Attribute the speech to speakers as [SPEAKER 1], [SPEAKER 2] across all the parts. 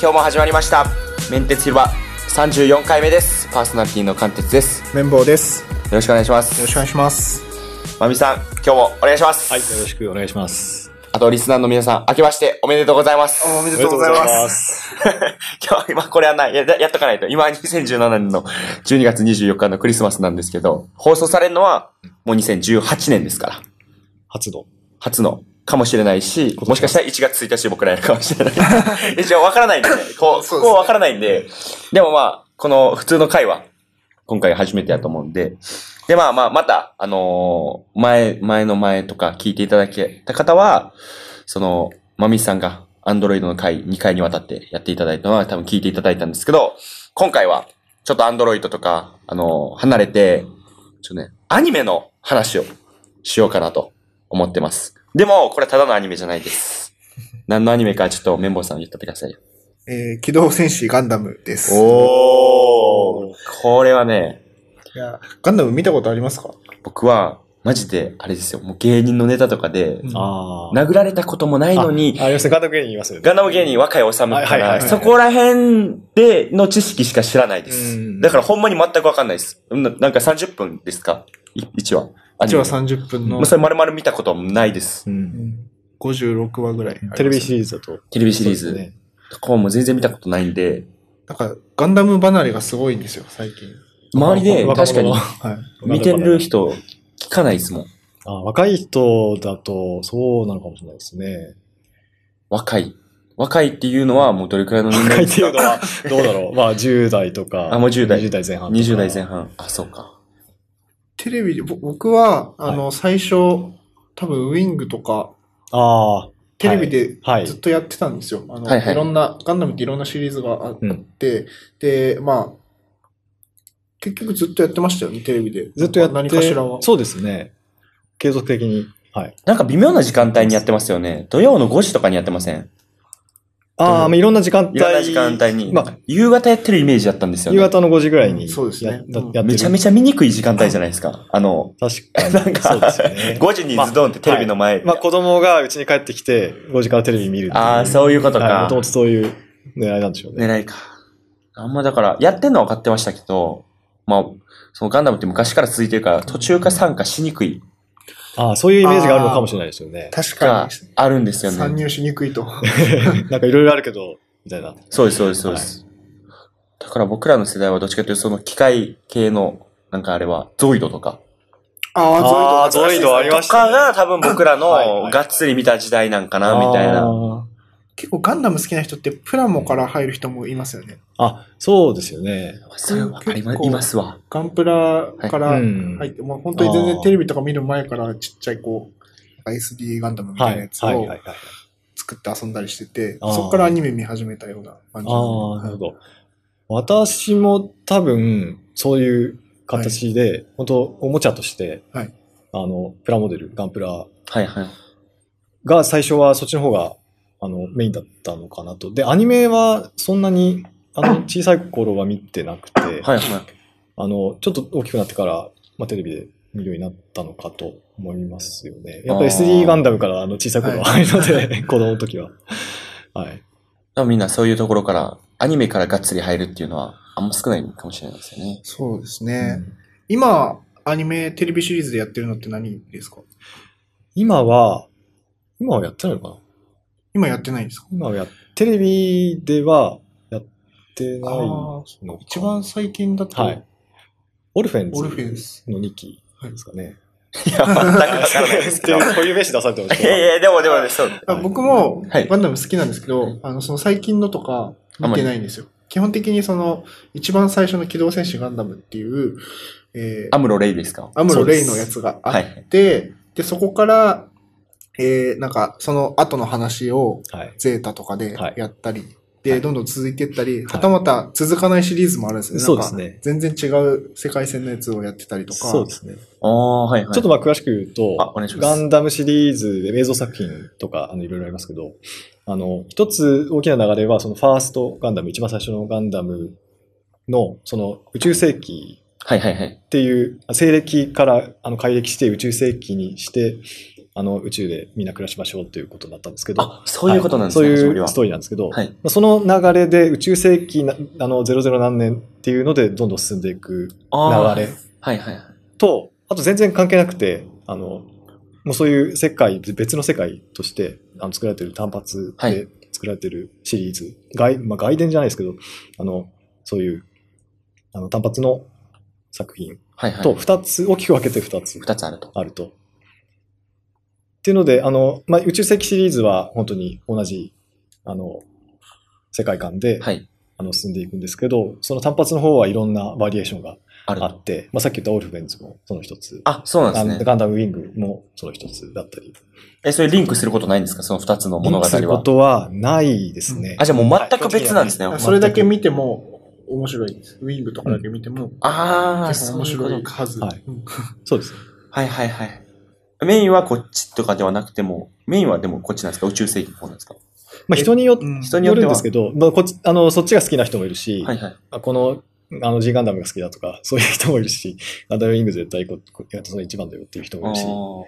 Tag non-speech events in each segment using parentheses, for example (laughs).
[SPEAKER 1] 今日も始まりましたメンテツ広場34回目ですパーソナリティの関鉄ですよ
[SPEAKER 2] 綿棒です。よ
[SPEAKER 1] ろしくお願いします
[SPEAKER 2] ろしくお願いします。
[SPEAKER 1] まみさん今日もお願いします
[SPEAKER 3] はい、よろしくお願いします。
[SPEAKER 1] あとリスナーの皆さん明けましておめでとうございます
[SPEAKER 2] おめで
[SPEAKER 3] お
[SPEAKER 2] とうございます。
[SPEAKER 3] す。
[SPEAKER 1] (laughs) 今日、今これはない。や、やっとかないと。今2017年の12月24日のクリスマスなんですけど、放送されるのはもう2018年ですから。
[SPEAKER 3] 初の。
[SPEAKER 1] 初の。かもしれないし、もしかしたら1月1日僕らやるかもしれない。一応わからないんでね。こう、
[SPEAKER 2] そ
[SPEAKER 1] こ
[SPEAKER 2] うですね
[SPEAKER 1] こはわからないんで。でもまあ、この普通の回は、今回初めてやと思うんで。でまあまあ、また、あのー前、前の前とか聞いていただけた方は、その、まみさんが、アンドロイドの回、2回にわたってやっていただいたのは多分聞いていただいたんですけど、今回は、ちょっとアンドロイドとか、あのー離れて、ちょっとね、アニメの話をしようかなと思ってます。でも、これただのアニメじゃない (laughs) です。何のアニメかちょっと綿棒さん言ってってくださいよ。
[SPEAKER 2] えー、機動戦士ガンダムです。
[SPEAKER 1] おーこれはね、
[SPEAKER 2] いや、ガンダム見たことありますか
[SPEAKER 1] 僕は、マジで、あれですよ、もう芸人のネタとかで、
[SPEAKER 3] あー
[SPEAKER 1] 殴られたこともないのに、
[SPEAKER 3] あありますね。ガンダム芸人いますよね。
[SPEAKER 1] ガンダム芸人若いおさむか
[SPEAKER 3] はいはいはい
[SPEAKER 1] ら、
[SPEAKER 3] はい
[SPEAKER 1] そこら辺での知識しか知らないで
[SPEAKER 2] う
[SPEAKER 1] す。
[SPEAKER 2] ん
[SPEAKER 1] だからほんまに全くわかんないです。ななんか30分ですか ?1 話。アニ
[SPEAKER 2] 一
[SPEAKER 1] メ
[SPEAKER 2] 話30分
[SPEAKER 1] も
[SPEAKER 2] の
[SPEAKER 1] う、それ丸々見たこともないです。
[SPEAKER 3] うん
[SPEAKER 2] 56話ぐらい、
[SPEAKER 3] テレビシリーズだと。
[SPEAKER 1] テレビシリーズ。
[SPEAKER 3] そうですね
[SPEAKER 1] ここも全然見たことないんで、
[SPEAKER 2] なんか、ガンダム離れがすごいんですよ、最近。
[SPEAKER 1] 周りで
[SPEAKER 3] 若
[SPEAKER 1] 確かに
[SPEAKER 3] 者の
[SPEAKER 2] はい。
[SPEAKER 1] 見てる人聞かないですもん。
[SPEAKER 3] あー若い人だと、そうなのかもしれないですね。
[SPEAKER 1] 若い。若いっていうのはもうどれくらいの年
[SPEAKER 3] 若
[SPEAKER 1] 代で
[SPEAKER 3] いって
[SPEAKER 1] す
[SPEAKER 3] い
[SPEAKER 1] か
[SPEAKER 3] うの
[SPEAKER 1] (laughs)
[SPEAKER 3] は、どうだろう。まあ、10代とか。
[SPEAKER 1] あもう10代
[SPEAKER 3] 20代前半。
[SPEAKER 1] 20代前。半。あ、そうか。
[SPEAKER 2] テレビで、ぼ僕は、あの、最初、多分、ウィングとか、
[SPEAKER 3] あ
[SPEAKER 2] テレビで
[SPEAKER 3] あ、はい
[SPEAKER 2] ずっ。とやってたんですよ。あの、
[SPEAKER 1] はい
[SPEAKER 2] い
[SPEAKER 1] はい
[SPEAKER 2] ろんな、ガンダムっていろんなシリーズがあっ
[SPEAKER 3] うん。
[SPEAKER 2] て、で、まあ、結局ずっとやってましたよね、テレビで。
[SPEAKER 3] ずっとやって、
[SPEAKER 2] 何かしらは。
[SPEAKER 3] そうですね。継続的に。はい。
[SPEAKER 1] なんか微妙な時間帯にやってますよね。土曜の5時とかにやってません
[SPEAKER 3] ああ、まあいろんな時間
[SPEAKER 1] い
[SPEAKER 3] 帯。
[SPEAKER 1] ろんな時間帯に。
[SPEAKER 3] まあ、
[SPEAKER 1] 夕方やってるイメージだったんですよね。
[SPEAKER 3] 夕方の5時ぐらいに
[SPEAKER 2] うん
[SPEAKER 3] や。
[SPEAKER 2] そうですね
[SPEAKER 3] や
[SPEAKER 2] うん
[SPEAKER 3] やってる。
[SPEAKER 1] めちゃめちゃ見にくい時間帯じゃないですか。あの、
[SPEAKER 3] 確かに。
[SPEAKER 1] (laughs) なんか、
[SPEAKER 3] そうですよ
[SPEAKER 1] (laughs)
[SPEAKER 3] ね。
[SPEAKER 1] 5時にズドンってテレビの前。
[SPEAKER 3] (laughs) まあ子供が家に帰ってきて、5時からテレビ見るってい
[SPEAKER 1] ああ、そういうこと
[SPEAKER 3] はい。
[SPEAKER 1] か
[SPEAKER 3] もと。もとそういう狙いなんでしょうね。
[SPEAKER 1] 狙いか。あんまだから、やってんのは分かってましたけど、まあ、そのガンダムって昔から続いてるから、途中から参加しにくい
[SPEAKER 3] ああ、そういうイメージがあるのかもしれないですよね。
[SPEAKER 2] 確か
[SPEAKER 1] が
[SPEAKER 2] に。
[SPEAKER 1] あるんですよ
[SPEAKER 2] 参
[SPEAKER 1] ね。
[SPEAKER 2] 入しにく
[SPEAKER 3] (laughs)
[SPEAKER 2] いと。
[SPEAKER 3] なんかいろいろあるけど、みたいな。
[SPEAKER 1] そうです、そうです、そうです。だから僕らの世代はどっちかというと、その機械系の、なんかあれは、ゾイドとか。
[SPEAKER 2] あ
[SPEAKER 3] あーゾイドありま
[SPEAKER 1] と
[SPEAKER 3] したね
[SPEAKER 1] かが多分僕ら
[SPEAKER 3] はいは
[SPEAKER 1] の
[SPEAKER 3] い
[SPEAKER 1] がっつり見た時代なんかな、みたいな。
[SPEAKER 3] な。
[SPEAKER 2] 結構ガンダム好きな人ってプラモから入る人もいますよね。
[SPEAKER 3] あ、そうですよね。
[SPEAKER 1] それはありま
[SPEAKER 2] 結構
[SPEAKER 1] いますわ。
[SPEAKER 2] ガンプラから
[SPEAKER 3] はいう
[SPEAKER 2] 入
[SPEAKER 3] ん
[SPEAKER 2] って、もう本当に全然テレビとか見る前からちっちゃいこう、なんか SD ガンダムみた
[SPEAKER 3] はいい。
[SPEAKER 2] な
[SPEAKER 3] はい
[SPEAKER 2] や。つ
[SPEAKER 3] はい。
[SPEAKER 2] を
[SPEAKER 3] はいはい
[SPEAKER 2] 作って遊んだりしてて、
[SPEAKER 3] あー
[SPEAKER 2] そこからアニメ見始めたような感じ
[SPEAKER 3] ああ、なるほど。私も多分、そういう形で、本当おもちゃとして、
[SPEAKER 2] はい
[SPEAKER 3] あの、プラモデル、ガンプラ
[SPEAKER 1] はいはい。
[SPEAKER 3] が最初はそっちの方があのメインだったのかなと。で、アニメはそんなにあの小さい頃は見てなくて、
[SPEAKER 1] はいはい。
[SPEAKER 3] あのちょっと大きくなってから、まあ、テレビで見るようになったのかと思いますよね。やっぱり
[SPEAKER 1] あー
[SPEAKER 3] SD ガンダムからあの小さい頃は入るので、 (laughs) 子供の時は。はい。
[SPEAKER 1] 多分みんなそういうところから、アニメからがっつり入るっていうのは、あんま少ないかもしれないですよね。
[SPEAKER 2] そうですね。今、アニメ、テレビシリーズでやってるのって何ですか
[SPEAKER 3] 今は、今はやってないのかな
[SPEAKER 2] 今やってないんですか
[SPEAKER 3] 今はや、テレビではやってないの
[SPEAKER 2] あ
[SPEAKER 3] かな
[SPEAKER 2] 一番最近だ
[SPEAKER 3] は
[SPEAKER 2] と
[SPEAKER 3] い、。オルフェン
[SPEAKER 2] オルフェン
[SPEAKER 3] ズ
[SPEAKER 2] ス。
[SPEAKER 3] の2期ですかね。
[SPEAKER 1] (laughs) いや、全くわからないです
[SPEAKER 3] って
[SPEAKER 1] (laughs) けど。い
[SPEAKER 3] いう、こういう名詞出されてました
[SPEAKER 1] やいや、でもでもね、そう。
[SPEAKER 2] あ僕も
[SPEAKER 1] はい
[SPEAKER 2] ガンダム好きなんですけど、あのその最近のとか見てないんですよ。基本的にその一番最初の機動戦士ガンダムっていう、えー
[SPEAKER 1] アムロレイですか
[SPEAKER 2] アムロレイのやつがあ
[SPEAKER 1] は
[SPEAKER 2] っ
[SPEAKER 1] い。
[SPEAKER 2] て、で、そこから、えーなんかその後の話を
[SPEAKER 3] はい。
[SPEAKER 2] ゼータとかで
[SPEAKER 3] はい
[SPEAKER 2] やったり、で、
[SPEAKER 3] はい
[SPEAKER 2] どんどん続いていったり、はたまた続かないシリーズもあるんですよね。
[SPEAKER 3] そうですね
[SPEAKER 2] なんか全然違う世界線のやつをやってたりとか。
[SPEAKER 3] そうですね。
[SPEAKER 1] ああ、はいはい。
[SPEAKER 3] ちょっとまあ詳しく言うと
[SPEAKER 1] あお願いし、ます
[SPEAKER 3] ガンダムシリーズで映像作品とか、あの、いろいろありますけど、あの、一つ大きな流れは、そのファーストガンダム、一番最初のガンダムの、その宇宙世紀
[SPEAKER 1] はいはいはい
[SPEAKER 3] っ。ていう、あ西暦からあの改暦して宇宙世紀にして、あの宇宙でみんな暮らしましょうということだったんですけど、
[SPEAKER 1] あ、そういうことなんですね、
[SPEAKER 3] はい
[SPEAKER 1] つ
[SPEAKER 3] そ
[SPEAKER 1] ま
[SPEAKER 3] う
[SPEAKER 1] り
[SPEAKER 3] いう
[SPEAKER 1] は
[SPEAKER 3] ストーリーなんですけど、
[SPEAKER 1] はい。
[SPEAKER 3] まあその流れで宇宙世紀なあの00何年っていうのでどんどん進んでいく
[SPEAKER 1] あー
[SPEAKER 3] 流れ
[SPEAKER 1] はいはいはい。
[SPEAKER 3] と、あと全然関係なくて、あの、もうそういう世界、別の世界としてあの作られてる単発
[SPEAKER 1] は
[SPEAKER 3] で
[SPEAKER 1] い
[SPEAKER 3] 作られてるシリーズ、外まあ、外伝じゃないですけど、あの、そういうあの単発の作品
[SPEAKER 1] はいはい。
[SPEAKER 3] と二つ、大きく分けて2つ
[SPEAKER 1] 二つあると。
[SPEAKER 3] あると。っていうので、あの、まあ、宇宙世紀シリーズは本当に同じ、あの、世界観で、
[SPEAKER 1] はい。
[SPEAKER 3] あの進んでいくんですけど、その単発の方はいろんなバリエーションが
[SPEAKER 1] ある
[SPEAKER 3] あ
[SPEAKER 1] と。
[SPEAKER 3] って、まあ、さっき言ったオルフェンズもその一つ、
[SPEAKER 1] あ、そうなん
[SPEAKER 3] ガ
[SPEAKER 1] で
[SPEAKER 3] ン
[SPEAKER 1] すね。
[SPEAKER 3] ガンダムウィングもその一つだったり、
[SPEAKER 1] え、それリンクすることないんですかその二つの物語
[SPEAKER 3] するこ
[SPEAKER 1] は。
[SPEAKER 3] とはないですね。
[SPEAKER 1] あ、じゃあもう全く別なんですね。
[SPEAKER 2] だか
[SPEAKER 1] あ
[SPEAKER 2] らそれだけ見ても面白いです。ウィングとかだけ見ても
[SPEAKER 1] あー、
[SPEAKER 2] 結構
[SPEAKER 1] そう
[SPEAKER 2] 面
[SPEAKER 1] いうこ
[SPEAKER 2] 白
[SPEAKER 1] と
[SPEAKER 2] い
[SPEAKER 1] か。
[SPEAKER 2] はず。
[SPEAKER 3] はい
[SPEAKER 2] うん
[SPEAKER 3] そうです。
[SPEAKER 1] はいはいはい。メインはこっちとかではなくても、メインはでもこっちなんですか宇宙世紀の方なんですか
[SPEAKER 3] まあ、人によって、
[SPEAKER 2] うん
[SPEAKER 1] 人によ
[SPEAKER 3] よ
[SPEAKER 1] って
[SPEAKER 3] るん
[SPEAKER 1] は
[SPEAKER 3] ですけど、まあ、こっち、あの、そっちが好きな人もいるし、
[SPEAKER 1] はいはい。
[SPEAKER 3] あこの、あの、G ガンダムが好きだとか、そういう人もいるし、ガンダムウィング絶対こ、こいやその一番だよっていう人もいるし、
[SPEAKER 1] あー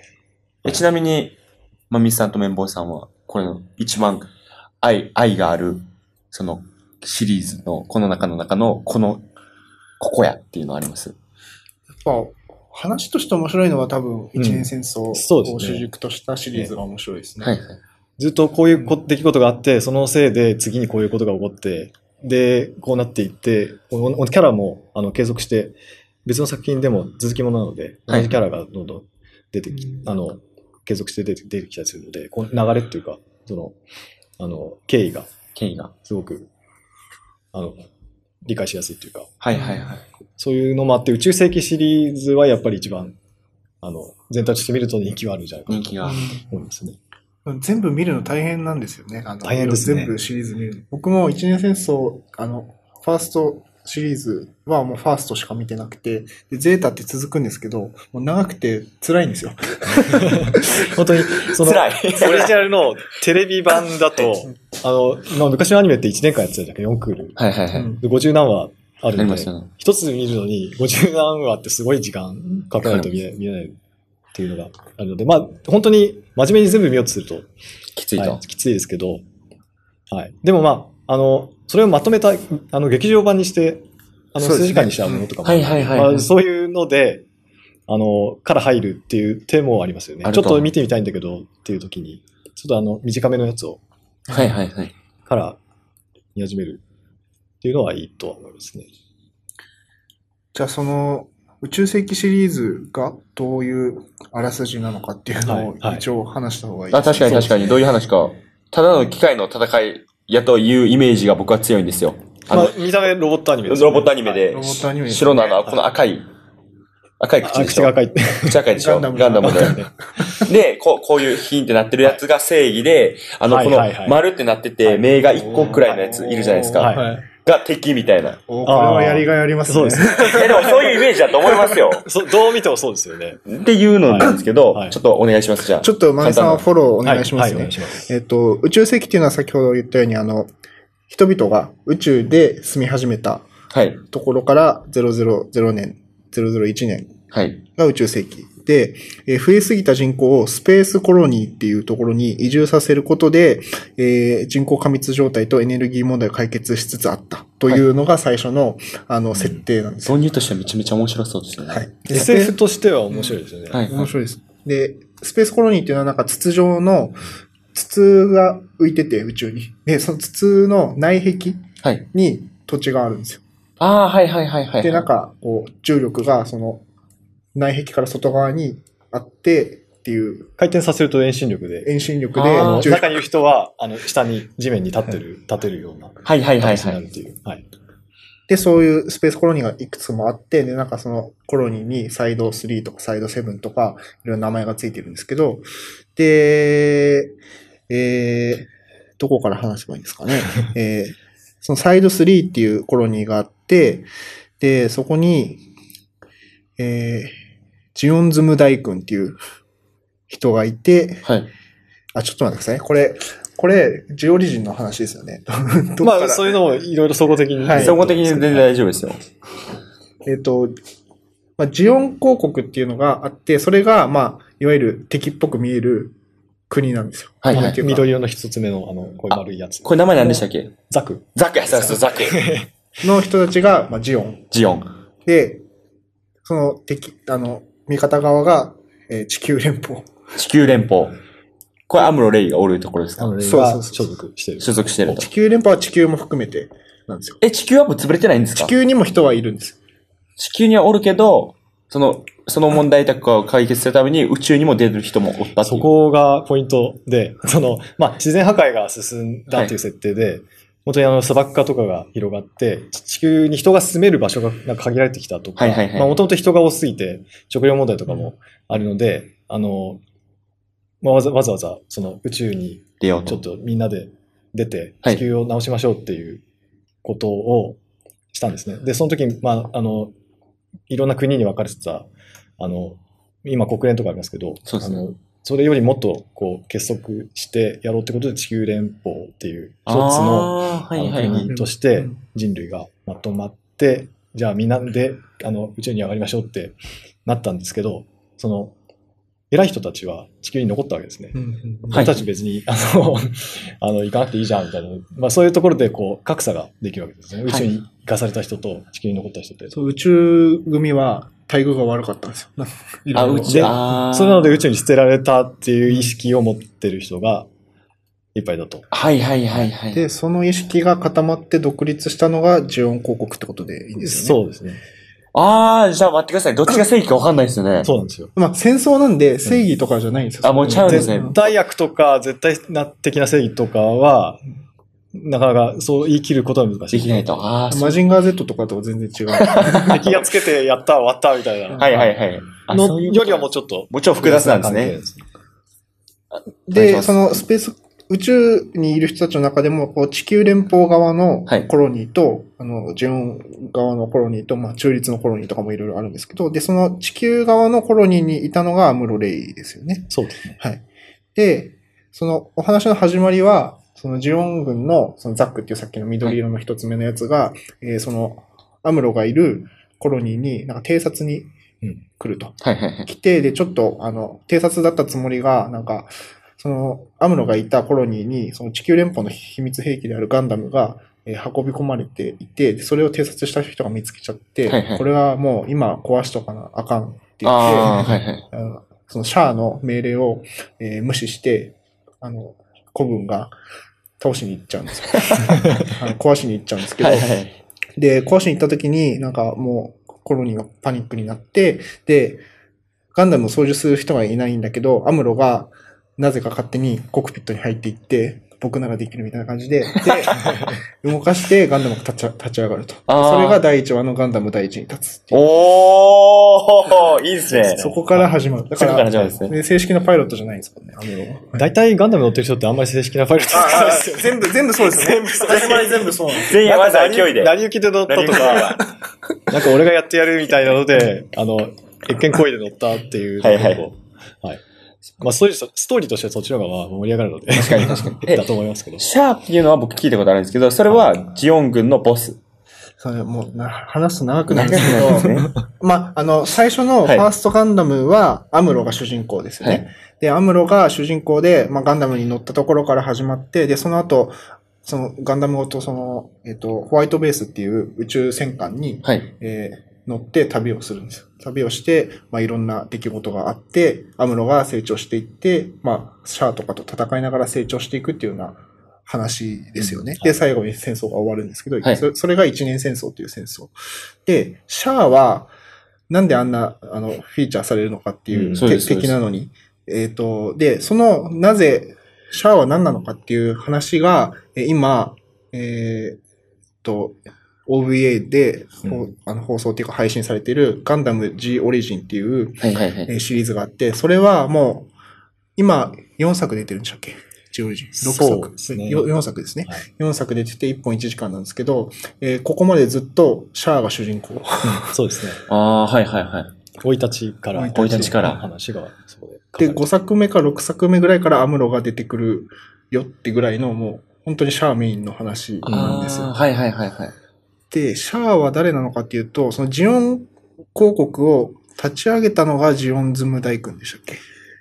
[SPEAKER 1] えちなみに、まみさんと綿棒さんは、これの一番愛、愛がある、その、シリーズの、この中の中の、この、ここやっていうのあります
[SPEAKER 2] やっぱ話として面白いのは多分一年戦争
[SPEAKER 3] んそうですね
[SPEAKER 2] を主軸としたシリーズが面白いですね。
[SPEAKER 1] はいはい。
[SPEAKER 3] ずっとこういうこ出来事があって、そのせいで次にこういうことが起こって、で、こうなっていって、このキャラもあの継続して、別の作品でも続きものなので、
[SPEAKER 1] は
[SPEAKER 3] 同
[SPEAKER 1] い
[SPEAKER 3] じキャラがどんどん出てき、
[SPEAKER 2] うん
[SPEAKER 3] あの、継続して出て出てきたりするので、この流れっていうか、その、あの、経緯が
[SPEAKER 1] 経緯が。
[SPEAKER 3] すごく、あの、理解しやすいというか、
[SPEAKER 1] はいはいはい。
[SPEAKER 3] そういうのもあって、宇宙世紀シリーズはやっぱり一番、あの、全体として見ると人気はあるんじゃないかな
[SPEAKER 1] 人
[SPEAKER 3] と
[SPEAKER 1] 気が。
[SPEAKER 3] 思いますね。
[SPEAKER 2] うん全部見るの大変なんですよね。あの
[SPEAKER 3] 大変です
[SPEAKER 2] 全
[SPEAKER 3] ね
[SPEAKER 2] 部シリーズ見るの。僕も一年戦争、あの、ファーストシリーズはもうファーストしか見てなくて、でゼータって続くんですけど、もう長くて辛いんですよ。
[SPEAKER 3] 本当に、その、
[SPEAKER 1] 辛い。 (laughs)
[SPEAKER 3] オリジナルのテレビ版だと、 (laughs) あの、まあ、昔のアニメって1年間やってたじゃんか、4クール。
[SPEAKER 1] はいはいはい。
[SPEAKER 2] うん
[SPEAKER 3] で50何話あ
[SPEAKER 1] あ
[SPEAKER 3] る
[SPEAKER 1] り
[SPEAKER 3] ん
[SPEAKER 1] ま
[SPEAKER 3] で
[SPEAKER 1] し、たね。
[SPEAKER 3] 一つ見るのに50何話ってすごい時間かけないと見え見えないっていうのがあるので、まあ、本当に真面目に全部見ようとすると、
[SPEAKER 1] きついと。
[SPEAKER 3] はいきついですけど、はい。でもまあ、あの、それをまとめた、あの、劇場版にして、あの、
[SPEAKER 2] そうです
[SPEAKER 3] 数
[SPEAKER 2] ね
[SPEAKER 3] 時間にしたものとかも、
[SPEAKER 1] はいはいはい
[SPEAKER 3] まあ、そういうので、あの、から入るっていう手もありますよね
[SPEAKER 1] あ。る
[SPEAKER 3] ちょ
[SPEAKER 1] と
[SPEAKER 3] っと見てみたいんだけどっていう時に、ちょっとあの、短めのやつを
[SPEAKER 1] はいはいはい。
[SPEAKER 3] から見始めるっていうのはいいとは思いますね。
[SPEAKER 2] じゃあその宇宙世紀シリーズがどういうあらすじなのかっていうのを
[SPEAKER 3] はいはい
[SPEAKER 2] 一応話した方がいい
[SPEAKER 1] あ、確かに
[SPEAKER 2] そう
[SPEAKER 1] 確かに。どういう話か。ただの機械の戦いやというイメージが僕は強いんですよ。あ
[SPEAKER 3] ま
[SPEAKER 1] の
[SPEAKER 3] あ、、見た目ロボットアニメですね
[SPEAKER 1] ロボットアニメで
[SPEAKER 2] ロボットアニメ、
[SPEAKER 1] 白なのはこの赤い、赤い口
[SPEAKER 3] あ
[SPEAKER 1] でし
[SPEAKER 3] 口
[SPEAKER 1] ょ
[SPEAKER 3] が赤い。
[SPEAKER 1] 口赤いでしょ
[SPEAKER 2] ガンダム
[SPEAKER 1] ガンダム
[SPEAKER 3] 赤い
[SPEAKER 1] で。
[SPEAKER 3] ね
[SPEAKER 1] で、こう、こういうヒーンってなってるやつが正義で、あの、
[SPEAKER 3] はい
[SPEAKER 1] こ
[SPEAKER 3] はいはい
[SPEAKER 1] の丸ってなってて、目が1個くらいのやついるじゃないです
[SPEAKER 3] はい
[SPEAKER 1] か。
[SPEAKER 2] はい
[SPEAKER 1] が敵みたいな。
[SPEAKER 2] おこれはやりがいありますね。
[SPEAKER 3] そうですね。
[SPEAKER 1] え、でもそういうイメージだと思いますよ。
[SPEAKER 3] そうどう見てもそうですよね。
[SPEAKER 1] っていうのなんですけど
[SPEAKER 3] は、い
[SPEAKER 1] ちょっとお願いします、じゃあ。
[SPEAKER 2] ちょっと、まみさんはフォローお願いしま
[SPEAKER 3] は
[SPEAKER 2] すね。
[SPEAKER 3] い、お願いします。
[SPEAKER 2] えっと、宇宙世紀っていうのは先ほど言ったように、あの、人々が宇宙で住み始めた
[SPEAKER 1] はい。
[SPEAKER 2] ところから000年、001年
[SPEAKER 1] はい。
[SPEAKER 2] が宇宙世紀で、えー増えすぎた人口をスペースコロニーっていうところに移住させることで、えー人口過密状態とエネルギー問題を解決しつつあったというのが最初の、あの設定なんですよ。
[SPEAKER 1] 挿入としてはめちゃめちゃ面白そうですね。
[SPEAKER 2] はい。で
[SPEAKER 3] SF としては面白いですよね。
[SPEAKER 1] はい。
[SPEAKER 2] 面白いです。で、スペースコロニーっていうのはなんか筒状の、筒が浮いてて宇宙に。で、その筒の内壁
[SPEAKER 1] はい。
[SPEAKER 2] に土地があるんですよ。
[SPEAKER 1] ああ、はいはいはいはい。
[SPEAKER 2] で、なん、か、こう、重力がその内壁から外側にあってっていう
[SPEAKER 3] 回転させると遠心力で、
[SPEAKER 2] 遠心力で
[SPEAKER 1] あー
[SPEAKER 3] あの
[SPEAKER 2] 重
[SPEAKER 3] 中
[SPEAKER 2] 力。
[SPEAKER 3] にいる人は、あの、下に、地面に立ってる、立てるような
[SPEAKER 1] はいはいはい
[SPEAKER 3] 形
[SPEAKER 1] は
[SPEAKER 3] になる
[SPEAKER 1] い。
[SPEAKER 3] っていう。はい。
[SPEAKER 2] で、そういうスペースコロニーがいくつもあって、で、なんかそのコロニーにサイド3とかサイド7とか、いろいろ名前がついてるんですけど、で、えー、どこから話せばいいんですかね。えー、そのサイド3っていうコロニーがあって、で、そこに、えー、ジオンズム大君っていう人がいて、
[SPEAKER 1] はい。
[SPEAKER 2] あ、ちょっと待ってくださいね。これ、これ、ジオリジンの話ですよね。 (laughs) どっ
[SPEAKER 3] ま
[SPEAKER 2] か
[SPEAKER 3] あ、
[SPEAKER 2] ら
[SPEAKER 3] そういうのもいろいろ総合的に。
[SPEAKER 2] はい
[SPEAKER 1] 総合的に全然大丈夫ですよ。
[SPEAKER 2] えっと、まあ、ジオン公国っていうのがあって、それが、まあ、いわゆる敵っぽく見える国なんですよ。
[SPEAKER 1] はい
[SPEAKER 2] な
[SPEAKER 1] は
[SPEAKER 2] んて
[SPEAKER 1] い。
[SPEAKER 2] いうか
[SPEAKER 3] 緑色の一つ目の、あの、こういう丸いやつ。
[SPEAKER 1] これ名前何でしたっけ
[SPEAKER 3] ザク。
[SPEAKER 1] ザクや、そうそう、ザ (laughs) ク。
[SPEAKER 2] の人たちが、まあ、ジオン。
[SPEAKER 1] ジオン。
[SPEAKER 2] で、その敵、あの、味方側が、えー地球連邦。
[SPEAKER 1] 地球連邦。これアムロレイがおるところです
[SPEAKER 3] あ
[SPEAKER 1] か
[SPEAKER 3] の、レイ
[SPEAKER 2] そうそう
[SPEAKER 3] が
[SPEAKER 2] そう
[SPEAKER 3] 所属してる。
[SPEAKER 1] 所属してると
[SPEAKER 2] 地。球連邦は地球も含めてなんですよ。
[SPEAKER 1] え、地球はもう潰れてないんです
[SPEAKER 2] 地
[SPEAKER 1] か
[SPEAKER 2] 球にも人はいるんです。
[SPEAKER 1] 地球にはおるけど、その、その問題とかを解決するために宇宙にも出る人もおったって
[SPEAKER 3] そ
[SPEAKER 1] いう。
[SPEAKER 3] こがポイントで、 (laughs) その、まあ、自然破壊が進んだという設定で、本当にあの砂漠化とかが広がって、地球に人が住める場所がなんか限られてきたとか、
[SPEAKER 1] はいはいはい
[SPEAKER 3] まあ、もともと人が多すぎて、食料問題とかもあるので、あの、まあ、わざわざわざ、その宇宙に
[SPEAKER 1] 出よう
[SPEAKER 3] ちょっ
[SPEAKER 1] と。
[SPEAKER 3] とみんなで出て、
[SPEAKER 1] はい
[SPEAKER 3] 地球を直しましょうっていうことをしたんですね。で、その時に、まあ、あの、いろんな国に分かれてた、あの、今国連とかありますけど、
[SPEAKER 1] そうですね
[SPEAKER 3] あのそれよりもっとこう結束してやろうってことで地球連邦っていう一つの
[SPEAKER 1] あーはいはい
[SPEAKER 3] あの
[SPEAKER 1] はい。
[SPEAKER 3] 国として
[SPEAKER 2] うん
[SPEAKER 3] 人類がまとまって、じゃあみんなであの宇宙に上がりましょうってなったんですけど、その偉い人たちは地球に残ったわけですね。
[SPEAKER 1] は
[SPEAKER 3] はいたち別に、あの、あの、行かなくていいじゃん、みたいな。まあそういうところで、こう、格差ができるわけですね。宇宙に行かされた人と、地球に残った人って。
[SPEAKER 2] そう宇宙組は待遇が悪かったんですよなんか。い
[SPEAKER 1] あ、
[SPEAKER 2] ろい
[SPEAKER 1] 宇
[SPEAKER 2] ろ
[SPEAKER 1] 宙、あー
[SPEAKER 3] それなので宇宙に捨てられたっていう意識を持ってる人が、いっぱいだと。
[SPEAKER 1] はいはいはいはい。
[SPEAKER 2] で、その意識が固まって独立したのがジオン公国ってことでいいんですよね。
[SPEAKER 3] そうですね。
[SPEAKER 1] あー、じゃあ待ってください。どっちが正義かわかんないですよね。
[SPEAKER 3] そうなんですよ。
[SPEAKER 2] まあ戦争なんで正義とかじゃないんですよ。
[SPEAKER 1] あ、もうちゃうんですね。
[SPEAKER 2] うん
[SPEAKER 3] 絶対悪とか、絶対な的な正義とかは、なかなかそう言い切ることは難しい。
[SPEAKER 1] できないと。。あー、そう
[SPEAKER 2] マジンガー Z とかとは全然違う。
[SPEAKER 3] 敵がつけて、やった、終わった、みたいな。
[SPEAKER 1] はいはいはい。あ
[SPEAKER 3] の
[SPEAKER 1] そういうこと
[SPEAKER 3] よりはもうちょっと。
[SPEAKER 1] もちろん複雑なんですね。。お願いします
[SPEAKER 2] で、そのスペース、宇宙にいる人たちの中でも、こう地球連邦側の
[SPEAKER 1] はい
[SPEAKER 2] コロニーと、あの、ジオン側のコロニーと、まあ、中立のコロニーとかもいろいろあるんですけど、で、その地球側のコロニーにいたのがアムロレイですよね。
[SPEAKER 3] そうですね。
[SPEAKER 2] はい。で、そのお話の始まりは、そのジオン軍の、そのザックっていうさっきの緑色の一つ目のやつが、えーその、アムロがいるコロニーに、なんか偵察に来ると。
[SPEAKER 1] はいはいはい。
[SPEAKER 2] 来て、で、ちょっと、あの、偵察だったつもりが、なんか、その、アムロがいたコロニーに、その地球連邦の秘密兵器であるガンダムが、えー運び込まれていて、でそれを偵察した人が見つけちゃって、
[SPEAKER 1] はいはい
[SPEAKER 2] これはもう今壊しとかなあかんって言
[SPEAKER 1] あ
[SPEAKER 2] っ
[SPEAKER 1] ー、
[SPEAKER 2] て、
[SPEAKER 1] はいはい。
[SPEAKER 2] あのそのシャアの命令を、えー無視して、あの、古文が倒しに行っちゃうんで
[SPEAKER 1] (laughs)
[SPEAKER 2] すよ。あの壊しに行っちゃうんですけど、
[SPEAKER 1] はいはい。
[SPEAKER 2] で、壊しに行った時に、なんかもう、コロニーがパニックになって、で、ガンダムを操縦する人がいないんだけど、アムロが、なぜか勝手にコックピットに入っていって、僕ならできるみたいな感じで、
[SPEAKER 1] (laughs)
[SPEAKER 2] で、動かしてガンダムが立ち立ち上がると。
[SPEAKER 1] あー
[SPEAKER 2] それが第一話のガンダム第一に立つっていう
[SPEAKER 1] おー、いいですね。
[SPEAKER 2] そこから始まる。だ
[SPEAKER 1] そ
[SPEAKER 2] か
[SPEAKER 1] こから
[SPEAKER 2] ら、
[SPEAKER 1] 始まるんですね。
[SPEAKER 2] で正式なパイロットじゃないんですもんね、アムロは。
[SPEAKER 3] 大体ガンダム乗ってる人ってあんまり正式なファイルとかないですよね。
[SPEAKER 2] 全部、全部そうですね。始まり全部そうなんです。
[SPEAKER 1] 全員まずは勢いで。
[SPEAKER 3] 成り行きで乗ったとか、なんか俺がやってやるみたいなので、あの、越見行為で乗ったっていうところを。
[SPEAKER 1] はいはい
[SPEAKER 3] はいまあ、そういう、ストーリーとしてはそっちの方が盛り上がるので。確
[SPEAKER 1] かに確かにえ
[SPEAKER 3] (laughs) だと思いますけど。
[SPEAKER 1] シャーっていうのは僕聞いたことあるんですけど、それはジオン軍のボス。
[SPEAKER 2] それもうな、話すと長くなるんですけ
[SPEAKER 1] 長くな
[SPEAKER 2] ど
[SPEAKER 1] り、
[SPEAKER 2] まあ、あの、最初のフ
[SPEAKER 1] はい
[SPEAKER 2] ァーストガンダムは、アムロが主人公ですよね。
[SPEAKER 1] はい
[SPEAKER 2] で、アムロが主人公で、まあ、ガンダムに乗ったところから始まって、で、その後、そのガンダムごと、その、えっ、と、ホワイトベースっていう宇宙戦艦に、
[SPEAKER 1] (laughs) はい。
[SPEAKER 2] えー乗って旅をするんですよ。旅をして、まあ、いろんな出来事があって、アムロが成長していって、まあ、シャアとかと戦いながら成長していくっていうような話ですよね。
[SPEAKER 3] うんは
[SPEAKER 2] で、
[SPEAKER 3] い
[SPEAKER 2] 最後に戦争が終わるんですけど、
[SPEAKER 1] はい
[SPEAKER 2] そそれが一年戦争という戦争。で、シャアは、なんであんな、あの、フィーチャーされるのかっていう、
[SPEAKER 3] うん
[SPEAKER 2] て
[SPEAKER 1] そうですそうで
[SPEAKER 2] 敵
[SPEAKER 1] す
[SPEAKER 2] なのに。えっ、と、で、その、なぜ、シャアは何なのかっていう話が、えー今、えーっと、OVA で、こうあの放送っていうか配信されているガンダム G オリジンっていう、
[SPEAKER 1] はいはいは
[SPEAKER 2] え
[SPEAKER 1] い。
[SPEAKER 2] ーシリーズがあって、それはもう、今、4作出てるんでしたっけ ?G オリジン。6作。
[SPEAKER 3] そうですね
[SPEAKER 2] よ4作ですね。
[SPEAKER 3] はい
[SPEAKER 2] 4作出てて1本1時間なんですけど、えーここまでずっとシャアが主人公。
[SPEAKER 3] そうですね。
[SPEAKER 1] あー、はいはいはい。
[SPEAKER 3] 生い立ちから。
[SPEAKER 2] 生い
[SPEAKER 1] 立ちから
[SPEAKER 3] 話が、そこで。
[SPEAKER 2] で、5作目か6作目ぐらいからアムロが出てくるよってぐらいの、もう、本当にシャアメインの話なんですよ
[SPEAKER 1] あー。はいはいはいはい。
[SPEAKER 2] で、シャアは誰なのかっていうと、そのジオン広告を立ち上げたのがジオンズム大君でしたっけ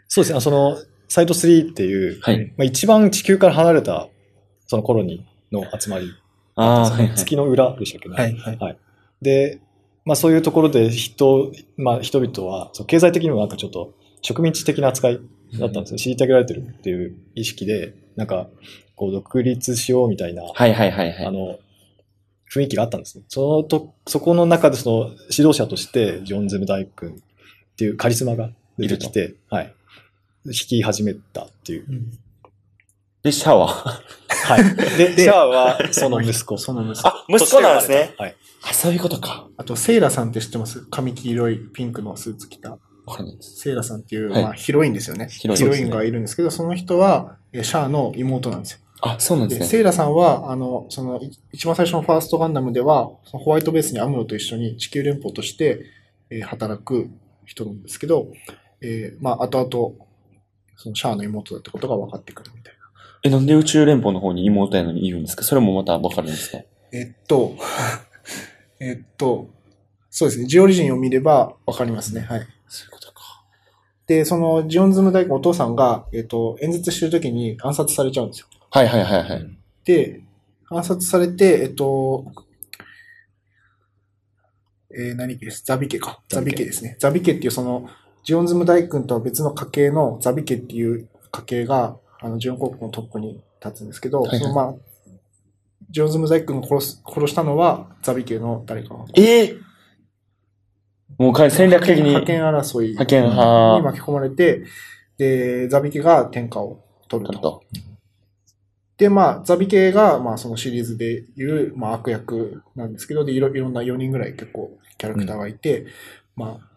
[SPEAKER 3] そうですね、あその、サイド3っていう、
[SPEAKER 1] はい。
[SPEAKER 3] まあ、一番地球から離れた、そのコロニーの集まり、
[SPEAKER 1] ああ、はい、はい。
[SPEAKER 3] 月の裏でしたっけね。
[SPEAKER 2] はいはい
[SPEAKER 3] で、まあそういうところで人、まあ人々は、そう経済的にもなんかちょっと植民地的な扱いだったんですよ。虐げられてるっていう意識で、なんか、こう独立しようみたいな、
[SPEAKER 1] はいはいはいはい。
[SPEAKER 3] あの、雰囲気があったんですね。そのと、そこの中でその指導者として、ジョン・ゼム大君っていうカリスマが出てきて、はい。引き始めたっていう。
[SPEAKER 1] で、シャワー。
[SPEAKER 3] はい。で、シャアはその息子。
[SPEAKER 2] その息子。
[SPEAKER 1] あ、息子なんですね。
[SPEAKER 3] はい。
[SPEAKER 1] あ、そういうことか。
[SPEAKER 2] あと、セイラさんって知ってます髪黄色いピンクのスーツ着た。
[SPEAKER 1] わかんないです。
[SPEAKER 2] セイラさんっていう、
[SPEAKER 1] はい
[SPEAKER 2] まあ、ヒロインですよね。
[SPEAKER 1] ヒロイン
[SPEAKER 2] ヒロインがいるんですけど、その人は、えシャアの妹なんですよ。
[SPEAKER 1] あ、そうなんで
[SPEAKER 2] で、
[SPEAKER 1] すね。
[SPEAKER 2] セイラさんは、あの、その、い一番最初のファーストガンダムでは、そのホワイトベースにアムロと一緒に地球連邦として、えー働く人なんですけど、えーまあ、後々、そのシャアの妹だってことが分かってくるみたい
[SPEAKER 1] え、なんで宇宙連邦の方に妹やのにいるんですかそれもまたわかるんですか
[SPEAKER 2] な。えっと、 (laughs) えっと、そうですね。ジオリジンを見れば分かりますね。はい。
[SPEAKER 1] そういうことか。
[SPEAKER 2] で、その、ジオンズム大工お父さんが、えっと、演説してる時に暗殺されちゃうんですよ。
[SPEAKER 1] はいはいはいはい。
[SPEAKER 2] で、暗殺されて、えっと、えー何家ですザビ家か。ザ
[SPEAKER 3] ザ
[SPEAKER 2] ビ
[SPEAKER 3] ビ家
[SPEAKER 2] 家ですね。ザビ家っていうその、ジオンズム大君とは別の家系のザビ家っていう家系が、あの、ジオン国のトップに立つんですけど、
[SPEAKER 1] はいはい
[SPEAKER 2] そのまあ、ジオンズム大君を殺す、殺したのはザビ家の誰かの。
[SPEAKER 1] ええもうか戦略的に
[SPEAKER 2] 派遣争いに
[SPEAKER 1] 派遣派
[SPEAKER 2] 巻き込まれて、で、ザビ家が天下を取る
[SPEAKER 1] なる
[SPEAKER 2] と。
[SPEAKER 1] と。
[SPEAKER 2] で、まあ、ザビ系が、まあ、そのシリーズでいう、まあ、悪役なんですけど、で、いろ、いろんな4人ぐらい結構キャラクターがいて、まあ、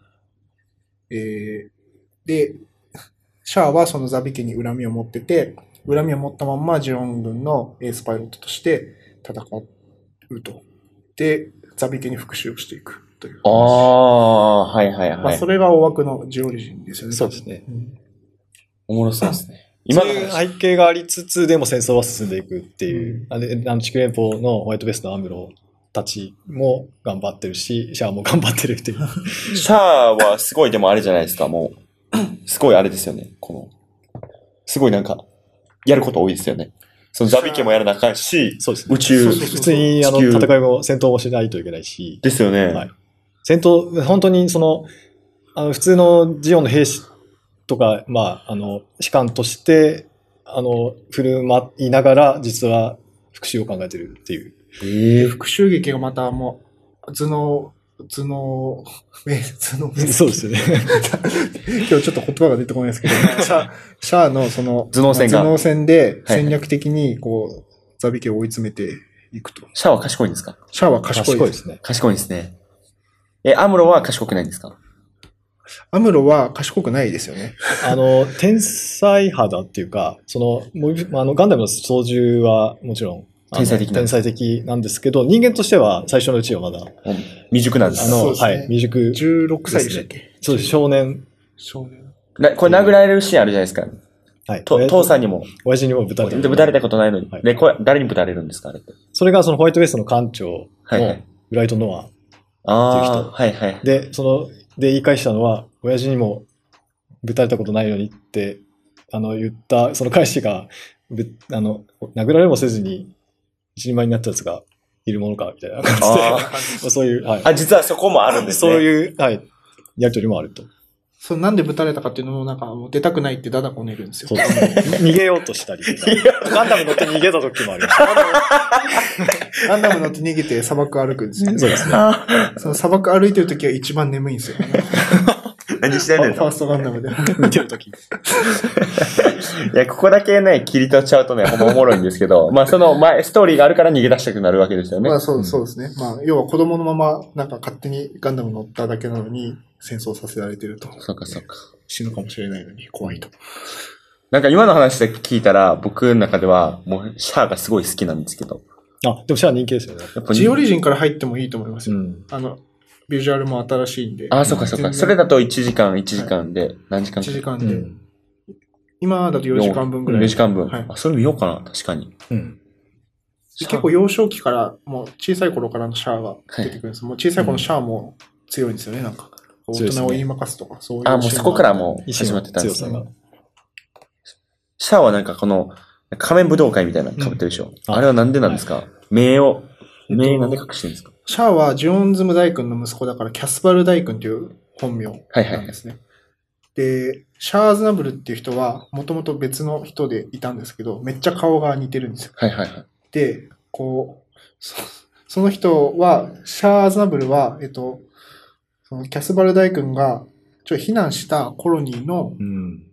[SPEAKER 2] えー、で、シャアはそのザビ家に恨みを持ってて、恨みを持ったまんまジオン軍のエースパイロットとして戦うと。で、ザビ家に復讐をしていくという。
[SPEAKER 1] ああ、はいはい
[SPEAKER 2] ま
[SPEAKER 1] は
[SPEAKER 2] あ、
[SPEAKER 1] い
[SPEAKER 2] そ。れが大枠のジオリジンですよね。
[SPEAKER 3] そうですね。
[SPEAKER 2] うん
[SPEAKER 1] おもろそうですね。
[SPEAKER 3] 今
[SPEAKER 1] 今
[SPEAKER 3] の
[SPEAKER 1] の
[SPEAKER 3] いう
[SPEAKER 1] 話。
[SPEAKER 3] 背景がありつつ、でも戦争は進んでいくっていう
[SPEAKER 2] う、
[SPEAKER 3] あであの地区連邦のホワイトベースのアムロたちも頑張ってるし、シャアも頑張ってるっていう。
[SPEAKER 1] シャアはすごいでもあれじゃないですか、もう。すごいあれですよね、この。すごいなんか、やること多いですよね。そのザビ家もやらなあかんし、
[SPEAKER 3] そうですね
[SPEAKER 1] 宇。宙
[SPEAKER 2] そうそう
[SPEAKER 3] 普通にあの
[SPEAKER 1] 地球
[SPEAKER 3] 戦いも戦闘もしないといけないし、
[SPEAKER 1] ですよね。
[SPEAKER 3] はい、戦闘、本当にその、あの普通のジオンの兵士とか、まあ、あの、士官として、あの、振る舞いながら、実は復讐を考えてるっていう。 (laughs)
[SPEAKER 1] ええ
[SPEAKER 2] 復讐劇がまたもう、頭脳、頭脳、え、頭脳、
[SPEAKER 3] そうですよね。
[SPEAKER 2] 今日ちょっと言葉が出てこないです
[SPEAKER 3] (laughs)
[SPEAKER 2] けど、シャア、シャアのその、
[SPEAKER 1] 頭脳戦が
[SPEAKER 2] 頭脳戦で戦略的に、こう、ザビ家を追い詰めていくと。
[SPEAKER 1] シャアは賢いんですか
[SPEAKER 2] シャアは賢
[SPEAKER 3] 賢
[SPEAKER 2] い
[SPEAKER 3] い
[SPEAKER 2] で。
[SPEAKER 3] ですすね。
[SPEAKER 1] (laughs) 賢いんですね。え、アムロは賢くないんですか
[SPEAKER 2] アムロは賢くないですよね。
[SPEAKER 3] あの、天才肌っていうか、その、もうまああのガンダムの操縦はもちろん、あの
[SPEAKER 1] 天才的なんで
[SPEAKER 3] 天
[SPEAKER 1] す
[SPEAKER 3] 才的なんですけど、人間としては最初のうちはまだ、あ
[SPEAKER 1] うん未熟なんです。
[SPEAKER 2] そう
[SPEAKER 3] の、
[SPEAKER 2] ですね
[SPEAKER 3] はい、未熟、
[SPEAKER 2] 16歳でしたっけ
[SPEAKER 3] そうです少年、
[SPEAKER 2] 少年。
[SPEAKER 1] なこれ殴られるシーンあるじゃないですか。
[SPEAKER 3] はい、
[SPEAKER 1] と父さん
[SPEAKER 3] に、
[SPEAKER 1] にも。
[SPEAKER 3] 親父にもぶたれ
[SPEAKER 1] でぶたれたことないのに。
[SPEAKER 3] はい
[SPEAKER 1] で、これ誰にぶたれるんですかあれって。
[SPEAKER 3] それがそのホワイトベースの館長
[SPEAKER 1] はいは
[SPEAKER 3] の
[SPEAKER 1] い
[SPEAKER 3] ブライト・ノア、
[SPEAKER 1] あ
[SPEAKER 3] っていう人
[SPEAKER 1] あ、はい
[SPEAKER 3] (laughs)
[SPEAKER 1] はい。
[SPEAKER 3] で、その、で、言い返したのは、親父にもぶたれたことないのにって、あの、言った、その返しが、ぶあの、殴られもせずに、一人前になったやつがいるものか、みたいな感じで、
[SPEAKER 1] あー
[SPEAKER 3] まあそういう、はい。
[SPEAKER 1] あ、実はそこもあるんですね。
[SPEAKER 3] そういう、はい、やりとりもあると。
[SPEAKER 2] そのなんでぶたれたかっていうのも、なんか、もう出たくないってダダこねるんですよ
[SPEAKER 3] そ。うですね。逃げようとしたりとか、ガンダム乗って逃げた時もありました。
[SPEAKER 2] ガンダム乗って逃げて砂漠歩くんですよ。
[SPEAKER 3] そうですね。
[SPEAKER 1] あー
[SPEAKER 2] (laughs) その砂漠歩いてる時は一番眠いんですよ。
[SPEAKER 1] 何してんね
[SPEAKER 2] ファ
[SPEAKER 1] ん
[SPEAKER 2] ー
[SPEAKER 1] と。
[SPEAKER 2] ストガンダムで。
[SPEAKER 1] (laughs)
[SPEAKER 3] 見てる時。
[SPEAKER 1] いや、ここだけね、切り取っちゃうとね、ほんまおもろいんですけ
[SPEAKER 3] (laughs)
[SPEAKER 1] ど、まあその前、ストーリーがあるから逃げ出したくなるわけですよね
[SPEAKER 2] ま。あそうそうですね。まあ、要は子供のまま、なんか勝手にガンダム乗っただけなのに、戦争させられてると。
[SPEAKER 1] そうかそうか。
[SPEAKER 2] 死ぬかもしれないのに、怖いと。
[SPEAKER 1] なんか今の話で聞いたら、僕の中では、もうシャアがすごい好きなんですけど。
[SPEAKER 3] あ、でもシャア人気ですよね。
[SPEAKER 1] やっぱ
[SPEAKER 2] ジオリジンから入ってもいいと思います
[SPEAKER 3] う
[SPEAKER 2] よ。
[SPEAKER 3] ん。
[SPEAKER 2] あの、ビジュアルも新しいんで。
[SPEAKER 1] あ、そうかそう
[SPEAKER 2] 全
[SPEAKER 1] か。
[SPEAKER 2] 然
[SPEAKER 1] それだと1時間、1時間で、何時間
[SPEAKER 2] 1
[SPEAKER 1] か。
[SPEAKER 2] 時間
[SPEAKER 3] う
[SPEAKER 2] で。
[SPEAKER 3] ん。
[SPEAKER 2] 今だと4時間分ぐらい。
[SPEAKER 1] 4時間分。
[SPEAKER 2] はい
[SPEAKER 1] あ、それ見ようかな、確かに。
[SPEAKER 3] うん。
[SPEAKER 2] 結構幼少期から、もう小さい頃からのシャアが出てくるんです。もう小さい頃のシャアも、強いんですよね、なんか。大
[SPEAKER 3] 強いです
[SPEAKER 2] 人
[SPEAKER 3] ね
[SPEAKER 2] を言いまかすとか、そういう。
[SPEAKER 1] あ、もうそこからもう始まってたんで
[SPEAKER 3] 強
[SPEAKER 1] す
[SPEAKER 3] さ
[SPEAKER 1] ね。
[SPEAKER 3] が。
[SPEAKER 1] シャアはなんかこの、仮面武道会みたいなの被ってるでしょ。
[SPEAKER 3] うん
[SPEAKER 1] あれはなんでなんですか、名を、
[SPEAKER 2] えっと
[SPEAKER 1] 名なんで隠してるんですか、
[SPEAKER 2] シャアはジョーンズム大君の息子だから、キャスパル大君という本名なんですね。で、シャアーズナブルっていう人は、もともと別の人でいたんですけど、めっちゃ顔が似てるんですよ。
[SPEAKER 1] はい、はいはいはい。
[SPEAKER 2] で、こう、そその人は、シャアーズナブルは、えっと、そのキャスバル大君が、ちょ、避難したコロニーの、
[SPEAKER 1] うん。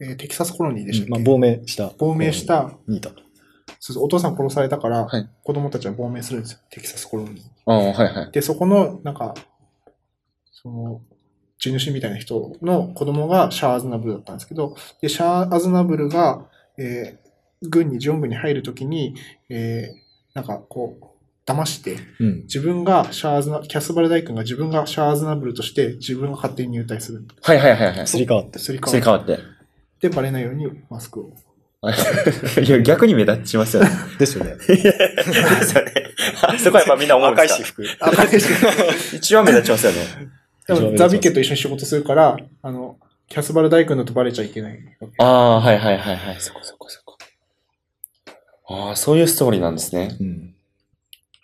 [SPEAKER 2] えーテキサスコロニーでしたっけ、
[SPEAKER 3] まあ、亡命した。
[SPEAKER 2] 亡命した、
[SPEAKER 3] ニータ。
[SPEAKER 2] そうそうお父さん殺されたから、
[SPEAKER 1] はい
[SPEAKER 2] 子供たちは亡命するんですよ、テキサスコロニーに。
[SPEAKER 1] ああ、はいはい。
[SPEAKER 2] で、そこの、なんか、その、地主みたいな人の子供がシャア・アズナブルだったんですけど、で、シャア・アズナブルが、えー軍に、ジョン軍に入るときに、えーなんかこう、騙して、
[SPEAKER 3] うん。
[SPEAKER 2] 自分がシャア・アズナ、キャスバル大君が自分がシャア・アズナブルとして、自分が勝手に入隊する。
[SPEAKER 1] はいはいはいはい。
[SPEAKER 3] す
[SPEAKER 1] す
[SPEAKER 3] り替わって。
[SPEAKER 2] すり
[SPEAKER 1] り
[SPEAKER 2] 替
[SPEAKER 1] 替
[SPEAKER 2] わっ
[SPEAKER 1] わって。
[SPEAKER 2] て、バレないようにマスクを。
[SPEAKER 1] (laughs) いや、逆に目立ちます
[SPEAKER 2] (laughs)
[SPEAKER 1] よね。
[SPEAKER 3] ですよね。
[SPEAKER 1] それ (laughs) そこはやっぱみんな思うん
[SPEAKER 3] 赤
[SPEAKER 1] で (laughs)
[SPEAKER 3] い
[SPEAKER 1] すか
[SPEAKER 3] 私服。
[SPEAKER 2] あ、バレない
[SPEAKER 1] (laughs) 一番目立ちますよね。
[SPEAKER 2] でもザビ家と一緒に仕事するから、あの、キャスバル大君だとバレちゃいけない。
[SPEAKER 1] ああ、はいはいはいはい。そこそこそこ。ああ、そういうストーリーなんですね。
[SPEAKER 3] うん。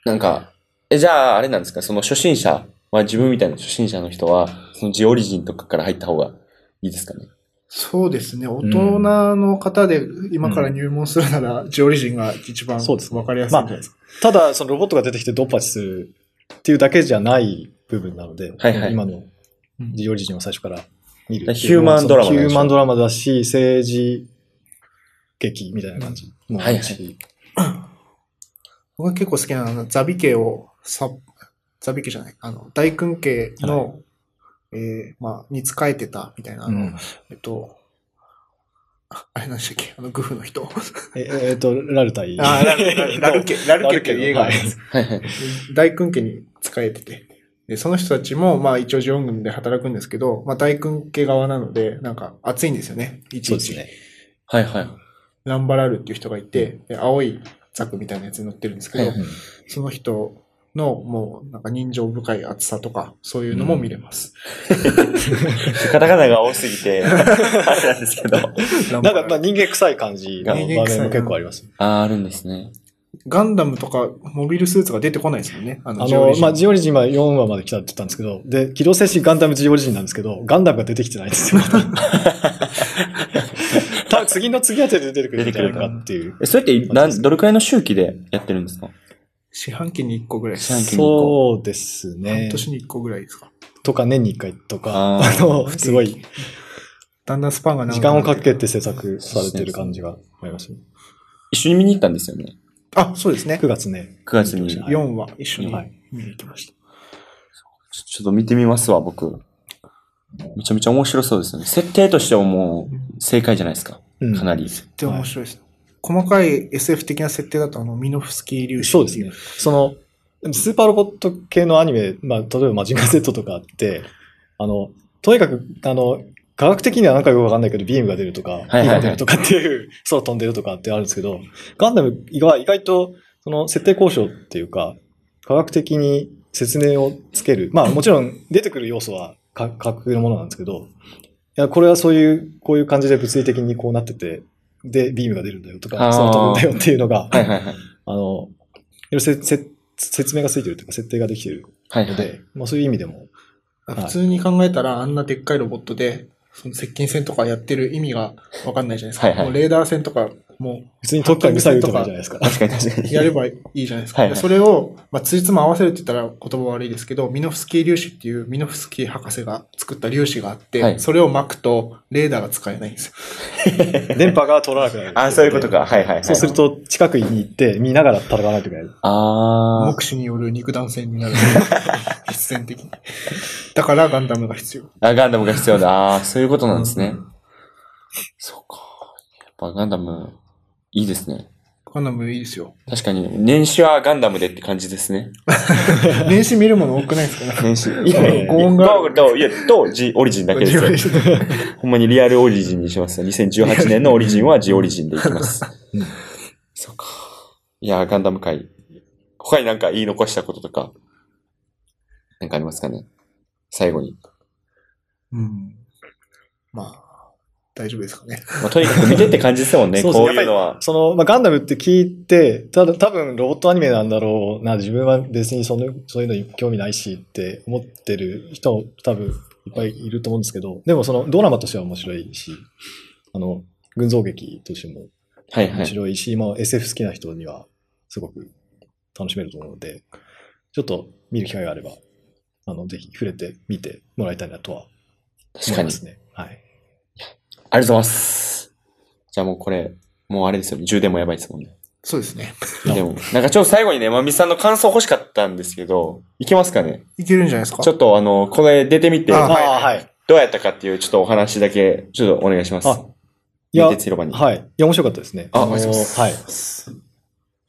[SPEAKER 1] なんか、え、じゃあ、あれなんですか、その初心者、まあ自分みたいな初心者の人は、そのジオリジンとかから入った方がいいですかね。
[SPEAKER 2] そうですね。大人の方で今から入門するなら、ジオリジンが一番
[SPEAKER 3] そうですね
[SPEAKER 2] わかりやすいんじゃないですか。
[SPEAKER 3] ただ、そのロボットが出てきてドンパチするっていうだけじゃない部分なので、
[SPEAKER 1] はいはい
[SPEAKER 3] 今の
[SPEAKER 2] うん
[SPEAKER 3] ジオリジンを最初から見る。
[SPEAKER 1] ヒューマンドラマなんで
[SPEAKER 3] ヒ
[SPEAKER 1] しょ
[SPEAKER 3] ューマンドラマだし、政治劇みたいな感じもあるし。
[SPEAKER 2] 僕が結構好きなのは、ザビ家をさ、ザビ家じゃない、あの、大君家の、えーまあ、に仕えてたみたいな、あの
[SPEAKER 3] うん
[SPEAKER 2] えっと、ああれなんでしたっけあの、グフの人。
[SPEAKER 3] ええっと、ラルタイ。
[SPEAKER 2] あラル (laughs) ラルラル家、ラル家っていう家があるんです
[SPEAKER 1] はいはい。
[SPEAKER 2] 大君家に仕えてて。で、その人たちも、まあ一応ジオン軍で働くんですけど、まあ大君家側なので、なんか熱いんですよね。いち
[SPEAKER 3] そう
[SPEAKER 2] い
[SPEAKER 3] です
[SPEAKER 2] ち。
[SPEAKER 3] ね。
[SPEAKER 1] はいはい。
[SPEAKER 2] ランバラルっていう人がいて、で青いザクみたいなやつに乗ってるんですけど、
[SPEAKER 1] はい
[SPEAKER 2] その人のもうなんか人情深い厚さとか、そういうのも見れます。
[SPEAKER 1] カタカナが多すぎ (laughs) て、あれなんですけど。
[SPEAKER 2] ランバ
[SPEAKER 3] なんか、
[SPEAKER 2] ラ
[SPEAKER 3] まあ、
[SPEAKER 2] ル
[SPEAKER 3] 人間臭い感じの場
[SPEAKER 2] 人間臭い
[SPEAKER 3] 面も結構あります。
[SPEAKER 1] ああ、あるんですね。
[SPEAKER 2] ガンダムとかモビルスーツが出てこないですもんね。あ
[SPEAKER 3] あ
[SPEAKER 2] の、ジオ
[SPEAKER 3] の
[SPEAKER 2] リ、ジン
[SPEAKER 3] まあ、ジオリジンは4話まで来たって言ったんですけど、で、機動戦士ガンダムジオリジンなんですけど、ガンダムが出てきてない
[SPEAKER 2] (laughs)
[SPEAKER 3] んですよ。多分次の次あたりで出てくるんじゃないかっていう。
[SPEAKER 1] え、それって、なん、どれくらいの周期でやってるんですか
[SPEAKER 2] 四半期に1個ぐらいで
[SPEAKER 1] 四
[SPEAKER 2] す。
[SPEAKER 1] 半期に
[SPEAKER 3] そうです
[SPEAKER 2] 半
[SPEAKER 3] ね。
[SPEAKER 2] 年に1個ぐらいですか。
[SPEAKER 3] とか年に1回とか、
[SPEAKER 1] あ
[SPEAKER 3] あ
[SPEAKER 1] ー
[SPEAKER 3] の、すごい、
[SPEAKER 2] だんだんスパンが長
[SPEAKER 3] 時
[SPEAKER 2] くな
[SPEAKER 3] 間を
[SPEAKER 2] って
[SPEAKER 3] かけて制作されてる感じがありますね。
[SPEAKER 1] 一緒に見に行ったんですよね。
[SPEAKER 2] あ、そうですね
[SPEAKER 3] 9。月ね。
[SPEAKER 1] 9月に。ちょ
[SPEAKER 3] はい
[SPEAKER 2] 4話一緒に
[SPEAKER 3] はい
[SPEAKER 2] 見に行きました。
[SPEAKER 1] ちょっと見てみますわ、僕。めちゃめちゃ面白そうですよね。設定としてはもう、正解じゃないですか。
[SPEAKER 3] うん
[SPEAKER 1] かなり。
[SPEAKER 2] って面白いです、細かい SF 的な設定だと、あの、ミノフスキー粒子
[SPEAKER 3] そうですね。。その、スーパーロボット系のアニメ、まあ、例えばマジンガー Z とかあって、あの、とにかく、あの、科学的にはなんかよくわかんないけど、ビームが出るとか、
[SPEAKER 1] はいはい
[SPEAKER 3] 火が出るとかっていう、空飛んでるとかってあるんですけど、ガンダムが意外と、その設定交渉っていうか、科学的に説明をつける。まあもちろん出てくる要素はか科学のものなんですけど、いや、これはそういう、こういう感じで物理的にこうなってて、で、ビームが出るんだよとか
[SPEAKER 1] あ、ー
[SPEAKER 3] 空飛ぶんだよっていうのが、
[SPEAKER 1] はいはいはい。
[SPEAKER 3] あの、いろいろせせ説明がついてるというか、設定ができてる
[SPEAKER 1] はい
[SPEAKER 3] の
[SPEAKER 1] は
[SPEAKER 3] で、
[SPEAKER 1] い。
[SPEAKER 3] まあそういう意味でも、
[SPEAKER 2] 普通に考えたら、あんなでっかいロボットで、その接近戦とかやってる意味がわかんないじゃないですか。
[SPEAKER 1] はいはい
[SPEAKER 2] もうレーダー戦とか、も
[SPEAKER 3] 普通に特化にミサイルとかじゃないですか。
[SPEAKER 1] 確かに確か
[SPEAKER 2] う
[SPEAKER 1] に。
[SPEAKER 2] やればいいじゃないですか。
[SPEAKER 1] はいはい
[SPEAKER 2] でそれを、まあ、ついつま合わせるって言ったら言葉悪いですけど、ミノフスキー粒子っていうミノフスキー博士が作った粒子があって、
[SPEAKER 1] はい
[SPEAKER 2] それを巻くと、レーダーが使えないんですよ。
[SPEAKER 3] (laughs) 電波が通らなくなる。
[SPEAKER 1] あ、そういうこと。か。はいはいはい。
[SPEAKER 3] そうすると、近くに行って、見ながら戦わないといけ (laughs) ない。
[SPEAKER 1] あー
[SPEAKER 2] 目視による肉弾戦になる。 (laughs) 必然的に。だからガンダムが必要。
[SPEAKER 1] あ、ガンダムが必要だ。あーそういうことなんですね。そうか。やっぱガンダム、いいですね。
[SPEAKER 2] ガンダムいいですよ。
[SPEAKER 1] 確かに、年始はガンダムでって感じですね。
[SPEAKER 2] 年始見るもの多くないですか
[SPEAKER 1] 年始。いやいや、
[SPEAKER 2] ご恩がある
[SPEAKER 1] と、いや、と、ジオリジンだけですよ。ほんまにリアルオリジンにします。2018年のオリジンはジオリジンでいきます。 (laughs) そうか。いやー、ガンダム界。他になんか言い残したこととか、なんかありますかね。最後に。
[SPEAKER 2] うん。まあ、大丈夫ですかね。
[SPEAKER 1] まあ、とにかく見てって感じですもんね、
[SPEAKER 3] そうそう
[SPEAKER 1] こういうのは。
[SPEAKER 3] その、まあ、ガンダムって聞いて、ただ、多分ロボットアニメなんだろうな、自分は別にそのそういうのに興味ないしって思ってる人も多分いっぱいいると思うんですけど、でもそのドラマとしては面白いし、あの、群像劇としても
[SPEAKER 1] はいは
[SPEAKER 3] 面
[SPEAKER 1] い。
[SPEAKER 3] 白いし、まあ SF 好きな人にはすごく楽しめると思うので、ちょっと見る機会があれば、あの、ぜひ触れてみてもらいたいなとは
[SPEAKER 1] 確
[SPEAKER 3] 思
[SPEAKER 1] か
[SPEAKER 3] い
[SPEAKER 1] に
[SPEAKER 3] ま。すね。はい。
[SPEAKER 1] ありがとうございます。じゃあもうこれ、もうあれですよね。充電もやばいですもんね。
[SPEAKER 2] そうですね。
[SPEAKER 1] でも、なんかちょっと最後にね、まみさんの感想欲しかったんですけど、いけますかね
[SPEAKER 2] いけるんじゃないですか
[SPEAKER 1] ちょっとあの、これ出てみて、
[SPEAKER 2] あ
[SPEAKER 1] ど
[SPEAKER 2] はい
[SPEAKER 3] あーはい。
[SPEAKER 1] うやったかっていうちょっとお話だけ、ちょっとお願いします。
[SPEAKER 3] あい
[SPEAKER 1] 見
[SPEAKER 3] や
[SPEAKER 1] て、広場に。
[SPEAKER 3] はい。いや、面白かったですね。
[SPEAKER 1] あ
[SPEAKER 3] の
[SPEAKER 1] お願いします
[SPEAKER 3] はい。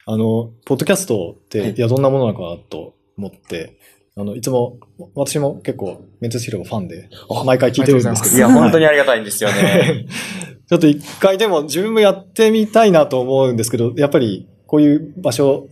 [SPEAKER 3] あの、ポッドキャストって、
[SPEAKER 1] はい
[SPEAKER 3] い、や、どんなものなのかなと思って、あの、いつも、私も結構、メンツ広場ファンで
[SPEAKER 1] あ、
[SPEAKER 3] 毎回聞いてるんですけど。
[SPEAKER 1] いや、本当に
[SPEAKER 3] は
[SPEAKER 1] ありがたいんですよ
[SPEAKER 3] い。
[SPEAKER 1] ね。
[SPEAKER 3] (laughs) ちょっと一回でも自分もやってみたいなと思うんですけど、やっぱりこういう場所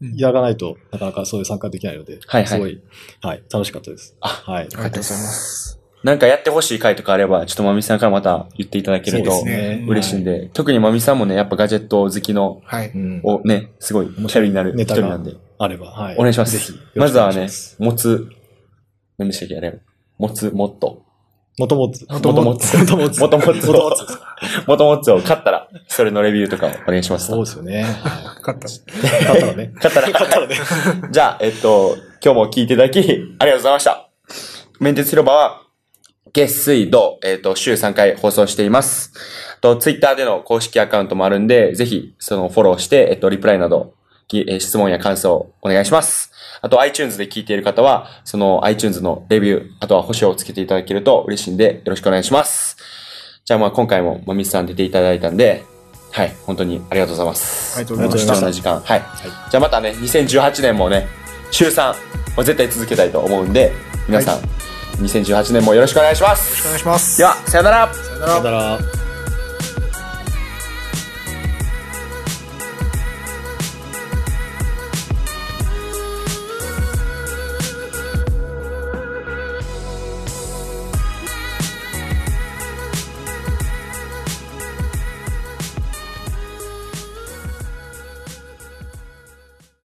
[SPEAKER 2] うん
[SPEAKER 3] やらないとなかなかそういう参加できないので、
[SPEAKER 1] はいはい
[SPEAKER 3] すごい、はい、楽しかったです。
[SPEAKER 1] あ
[SPEAKER 3] はい。
[SPEAKER 2] ありがとうございます。
[SPEAKER 1] (laughs) なんかやってほしい回とかあれば、ちょっとまみさんからまた言っていただける
[SPEAKER 2] そ
[SPEAKER 1] と
[SPEAKER 2] うですね
[SPEAKER 1] 嬉しいんで、特にまみさんもね、やっぱガジェット好きの、
[SPEAKER 2] はい。
[SPEAKER 3] うん、
[SPEAKER 1] をね、すごい頼りになる一人なんで、
[SPEAKER 3] あれば、はい。
[SPEAKER 1] お願いします。
[SPEAKER 3] ぜひよろ
[SPEAKER 1] ま
[SPEAKER 3] し
[SPEAKER 1] ず
[SPEAKER 3] くお願
[SPEAKER 1] はい
[SPEAKER 3] し
[SPEAKER 1] ね
[SPEAKER 3] ます、
[SPEAKER 1] 持つ、何でしたっけあれ持つ、もっと。
[SPEAKER 3] もともつ。
[SPEAKER 1] もともつ
[SPEAKER 3] もともつ。
[SPEAKER 1] もともつ
[SPEAKER 3] もとも
[SPEAKER 1] を、もともつを勝ったら、それのレビューとかをお願いします
[SPEAKER 3] そう。ですよね。
[SPEAKER 2] かかった。
[SPEAKER 3] 勝ったらね。
[SPEAKER 1] 勝 (laughs) ったら、勝ったらね。じゃあ、えっと、今日も聞いていただき、ありがとうございました。面接広場は、月水土、えっ、と、週3回放送しています。と、ツイッターでの公式アカウントもあるんで、ぜひ、そのフォローして、えっと、リプライなど、きえー質問や感想お願いします。あと、iTunes で聞いている方は、その iTunes のレビュー、あとは星をつけていただけると嬉しいんで、よろしくお願いします。じゃあ、まあ、今回も、まみさん出ていただいたんで、はい、本当にありがとうございます。
[SPEAKER 2] ありがとうございま
[SPEAKER 3] した
[SPEAKER 1] 貴重な時間。はい。じゃあ、またね、2018年もね、週3、もう絶対続けたいと思うんで、皆さん、2018年もよろしくお願いしま
[SPEAKER 2] お
[SPEAKER 1] す。
[SPEAKER 2] 願いします。
[SPEAKER 1] では、さよなら
[SPEAKER 2] さよな
[SPEAKER 3] さよ
[SPEAKER 2] ら
[SPEAKER 3] な。ら。